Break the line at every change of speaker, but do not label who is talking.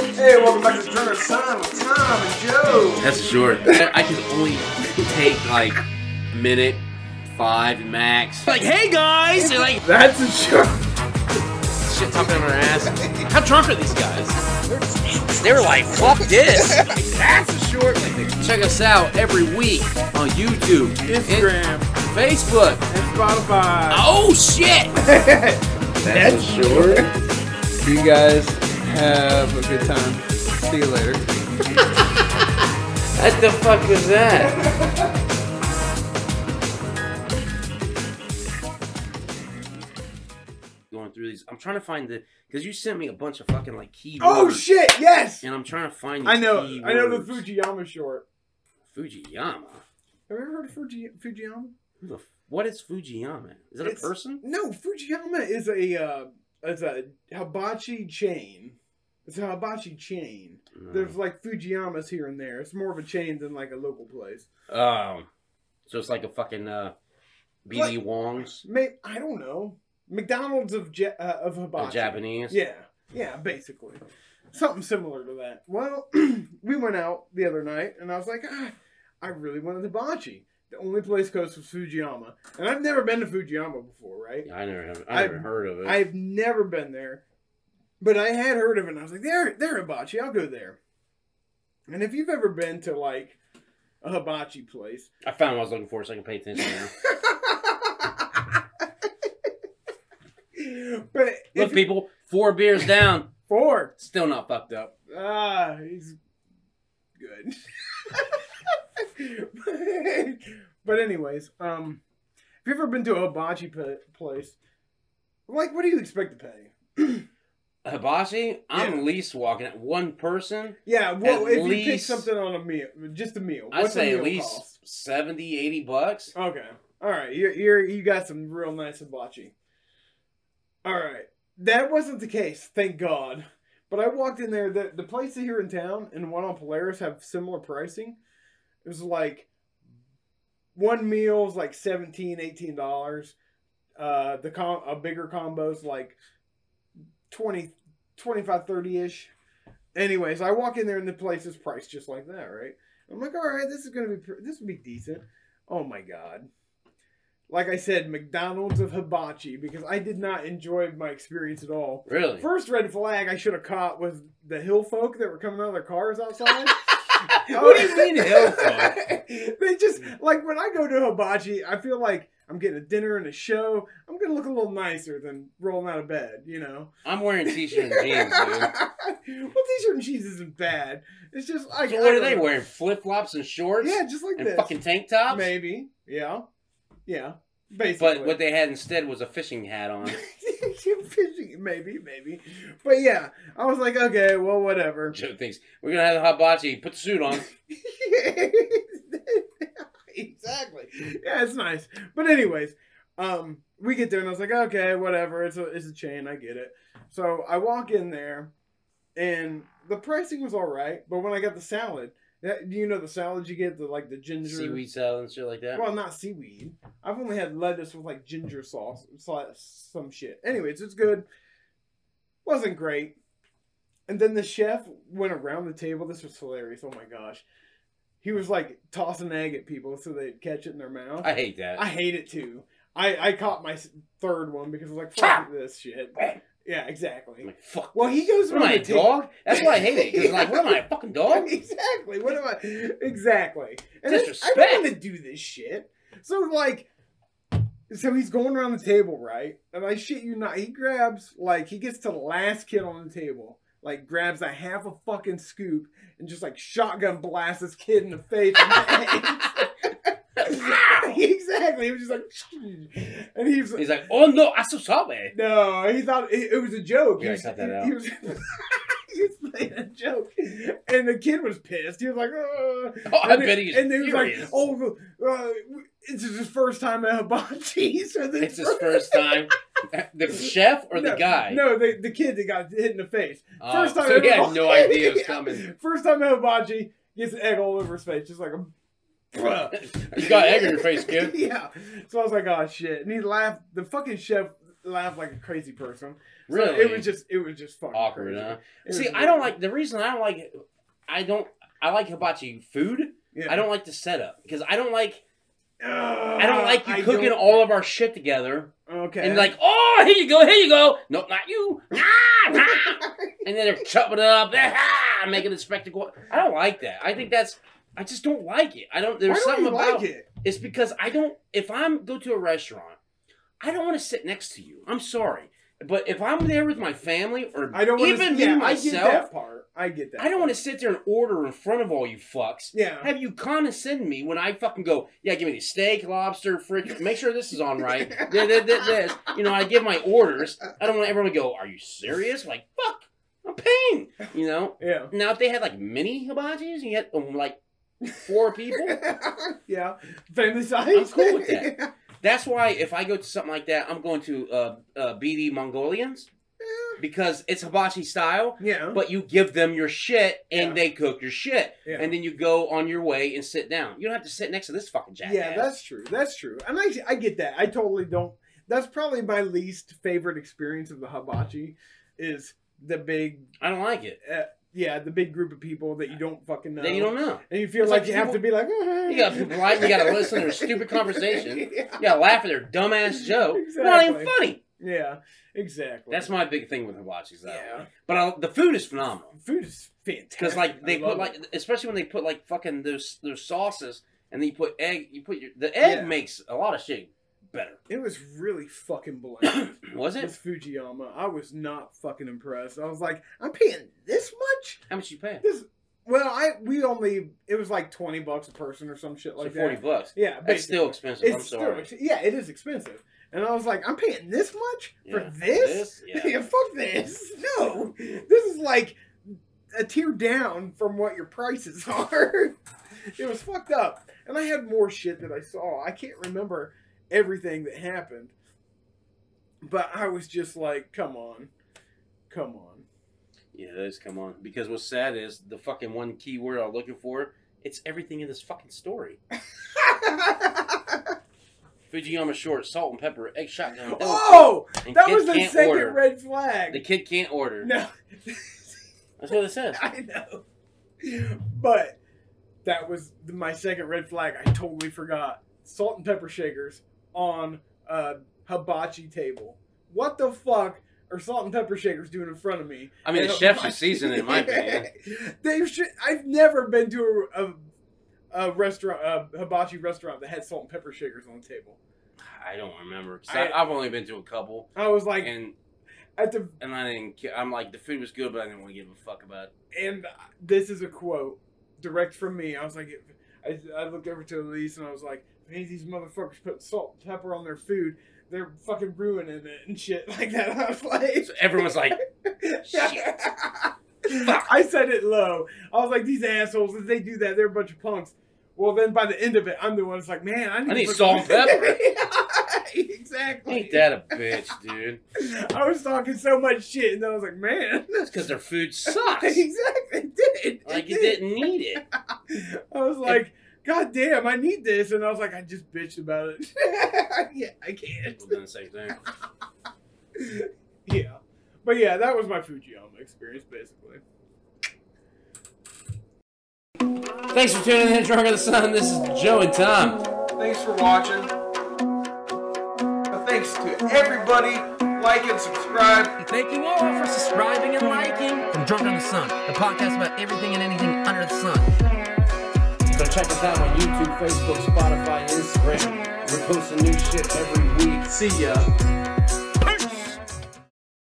Hey, welcome back to Turner Sign with Tom and Joe.
That's short. I can only take like a minute, five max. Like, hey guys! They're like,
That's a show.
shit talking on our ass. How drunk are these guys?
They were like, fuck this.
That's a short one. Check us out every week on YouTube,
Instagram
In- Facebook.
and Spotify.
Oh shit!
That's
short.
You guys have a good time. See you later.
What the fuck was that? Going through these, I'm trying to find the because you sent me a bunch of fucking like keywords.
Oh shit! Yes.
And I'm trying to find. These
I know. I know the
keywords.
Fujiyama short.
Fujiyama.
Have you ever heard of Fuji- Fujiyama?
Who the f- What is Fujiyama? Is that
It's-
a person?
No, Fujiyama is a uh, is a hibachi chain. It's a hibachi chain.
No.
There's like Fujiyamas here and there. It's more of a chain than like a local place.
Um, so it's like a fucking uh, BD Wong's,
May I don't know. McDonald's of ja- uh, of hibachi.
a Japanese.
Yeah, yeah, basically. Something similar to that. Well, we went out the other night, and I was like, ah, I really wanted hibachi. The only place close was Fujiyama, and I've never been to Fujiyama before, right?
Yeah, I never have. I
I've-
never heard of it.
I've never been there, but I had heard of it. and I was like, they're they're hibachi. I'll go there. And if you've ever been to like a hibachi place,
I found what I was looking for, so I can pay attention now.
but
Look,
if you,
people, four beers down,
four,
still not fucked up.
Ah, he's good. but anyways, um, have you ever been to a hibachi pa- place? Like, what do you expect to pay?
Hibachi, I'm
Yeah.
at least walking at one person.
yeah, well,
At
if you pick
least-
something on a meal, just a meal.
I
What's a
say at
meal
least
cost?
seventy, eighty 70, 80 bucks.
Okay, all right, you're, you're you got some real nice hibachi. All right, that wasn't the case, thank God. But I walked in there. The the place here in town and the one on Polaris have similar pricing. It was like one meal's like 17 18 dollars uh the com a bigger combo's like 20 25 30 ish anyways i walk in there and the place is priced just like that right i'm like all right this is gonna be pr- this will be decent oh my god like i said mcdonald's of hibachi because i did not enjoy my experience at all
Really?
First red flag I should have caught was the hill folk that were coming out of their cars outside.
What do you mean, hill folk?
they just like when I go to hibachi, I feel like I'm getting a dinner and a show. I'm gonna look a little nicer than rolling out of bed, you know.
I'm wearing t-shirt and jeans,
well,
dude.
t-shirt and cheese isn't bad. It's just like
So what
I
are
don't
they
know.
wearing? Flip flops and shorts?
Yeah, just like
and
this.
fucking tank tops?
Maybe, yeah, yeah. Basically,
But what they had instead was a fishing hat on.
fishing, maybe, maybe. But yeah, I was like, okay, well, whatever.
Joe thinks, we're going to have the hibachi. Put the suit on.
exactly. Yeah, it's nice. But anyways, um, we get there and I was like, okay, whatever. It's a it's a chain. I get it. So I walk in there, and the pricing was all right. But when I got the salad, that do you know the salad you get the like the ginger
Seaweed salad and shit like that.
Well, not seaweed. I've only had lettuce with like ginger sauce, so- some shit. Anyways, it's good. Wasn't great. And then the chef went around the table. This was hilarious. Oh my gosh. He was like tossing egg at people so they'd catch it in their mouth.
I hate that.
I hate it too. I, I caught my s- third one because I was like, fuck this shit. Yeah,
I'm
exactly.
like, fuck.
Well, he goes
What am I,
around
a
the table.
dog? That's why I hate it. Because, like, what am I, a fucking dog?
Exactly. What am I? Exactly. And I- I
Disrespect.
don't want to do this shit. So like, so he's going around the table, right? And I shit you not, he grabs like he gets to the last kid on the table, like grabs a half a fucking scoop and just like shotgun blasts this kid in the face. exactly. He was just like, and he's
Ah! He's like, oh no, I'm so sorry.
no, he thought it, it was a joke.
Yeah,
he was,
cut that
he-
out.
He was, he was playing a joke, and the kid was pissed. He was like, "Oh!"
Oh, I
and
bet
they-
he's
and they was like,
furious.
"Oh, uh, it's his first time at hibachi." So the
It's his first time. The chef or the
No,
guy?
No, the, the kid that got hit in the face.
Oh,
First time
so
at
he had
hibachi.
no idea it was
Yeah.
coming.
First time at hibachi gets an egg all over his face, just like um, a.
you got egg in your face, kid.
yeah. So I was like, oh shit. And he laughed. The fucking chef laugh like a crazy person. So
Really?
it was just it was just fucking
awkward,
crazy.
huh?
It was
See, I
weird.
don't like the reason I don't like. I don't. I like hibachi food.
Yeah.
I don't like the setup because I don't like.
Ugh,
I don't like you
Uh, I
cooking
don't-
all of our shit together
Okay.
and like, oh, here you go, here you go. Nope, not you. Nah, nah. and then they're chopping it up, ah, making a spectacle. I don't like that. I think that's. I just don't like it. I don't. There's
Why don't
something
you
about
like it.
It's because I don't. If I'm go to a restaurant, I don't want to sit next to you. I'm sorry, but if I'm there with my family or
I don't wanna,
even me
yeah, I get
myself,
that part. I get that.
I don't
part.
want to sit there and order in front of all you fucks.
Yeah.
Have you condescend me when I fucking go, yeah, give me the steak, lobster, fridge, make sure this is on right. this, this, this, this. You know, I give my orders. I don't want everyone to go, are you serious? Like, fuck, I'm paying. You know?
Yeah.
Now, if they had like mini hibachis and you had um, like four people,
yeah. Family size.
I'm cool with that. that's why if I go to something like that, I'm going to uh, uh, BD Mongolians because it's hibachi style.
Yeah.
But you give them your shit and
Yeah.
they cook your shit.
Yeah.
And then you go on your way and sit down. You don't have to sit next to this fucking jackass.
Yeah, that's true. That's true. And I, I get that. I totally don't. That's probably my least favorite experience of the hibachi, is the big,
I don't like it.
uh, yeah, the big group of people that you don't fucking know,
Then you don't know.
and you feel
It's
like,
like
you have
people-
to be like, "Uh-huh."
You gotta be polite, you gotta listen to their stupid conversation. You
yeah.
gotta laugh at their dumbass joke. It's Not even
Exactly.
funny.
Yeah, exactly.
That's my big thing with hibachis though.
Yeah.
But I, the food is phenomenal.
food is fantastic.
Because like
I
they
love
put like
it.
especially when they put like fucking those those sauces and then you put egg you put your the egg
Yeah.
makes a lot of shit better.
it was really fucking bland.
Was it?
This Fujiyama, I was not fucking impressed. I was like, I'm paying this much.
How much you pay?
Well, I we only it was like twenty bucks a person or some shit like
so forty
that.
bucks.
Yeah,
That's
basically.
still expensive.
It's
I'm sorry.
Still, ex- yeah, it is expensive. And I was like, I'm paying this much
Yeah.
for this?
Yeah.
Yeah, fuck this. No. This is like a tier down from what your prices are. it was fucked up. And I had more shit that I saw. I can't remember everything that happened. But I was just like, come on. Come on.
Yeah, it is. Come on. Because what's sad is the fucking one key word I'm looking for. It's everything in this fucking story. Fujiyama short, salt and pepper, egg shotgun.
oh!
and
That
kid
was the
can't
second
order.
red flag.
The kid can't order.
No.
That's what it says.
I know. But that was my second red flag. I totally forgot. Salt and pepper shakers on a hibachi table. What the fuck are salt and pepper shakers doing in front of me?
I mean, the
And
chefs
hibachi-
are seasoned in my opinion.
they should. I've never been to a, a, a restaurant, a hibachi restaurant that had salt and pepper shakers on the table.
I don't remember. 'cause I,
I-
have only been to a couple,
I was like,
and
at the
and I didn't. ca- I'm like, the food was good, but I didn't want to give a fuck about. It.
and this is a quote direct from me. I was like, I, I looked over to Elise and I was like, if any of these motherfuckers put salt and pepper on their food, they're fucking ruining it and shit like that. I was like,
So everyone's like, shit. Fuck.
I said it low. I was like, these assholes, if they do that, they're a bunch of punks. Well, then by the end of it, I'm the one that's like, man, I need,
I need
to put-
salt and pepper.
exactly.
ain't that a bitch, dude?
I was talking so much shit, and then I was like, man.
That's because their food sucks.
exactly. It did. It
Like you
did.
didn't need it.
I was like, God damn, I need this. And I was like, I just bitched about it. yeah, I can't.
We've done the same thing.
Yeah. But yeah, that was my Fujiyama experience, basically.
Thanks for tuning in, Drunk of the Sun. This is Joe and Tom.
Thanks for watching. Thanks to everybody. Like and subscribe.
Thank you all for subscribing and liking. From Drunk on the Sun, the podcast about everything and anything under the sun.
So check us out on YouTube, Facebook, Spotify, Instagram. We're posting new shit every week. See ya.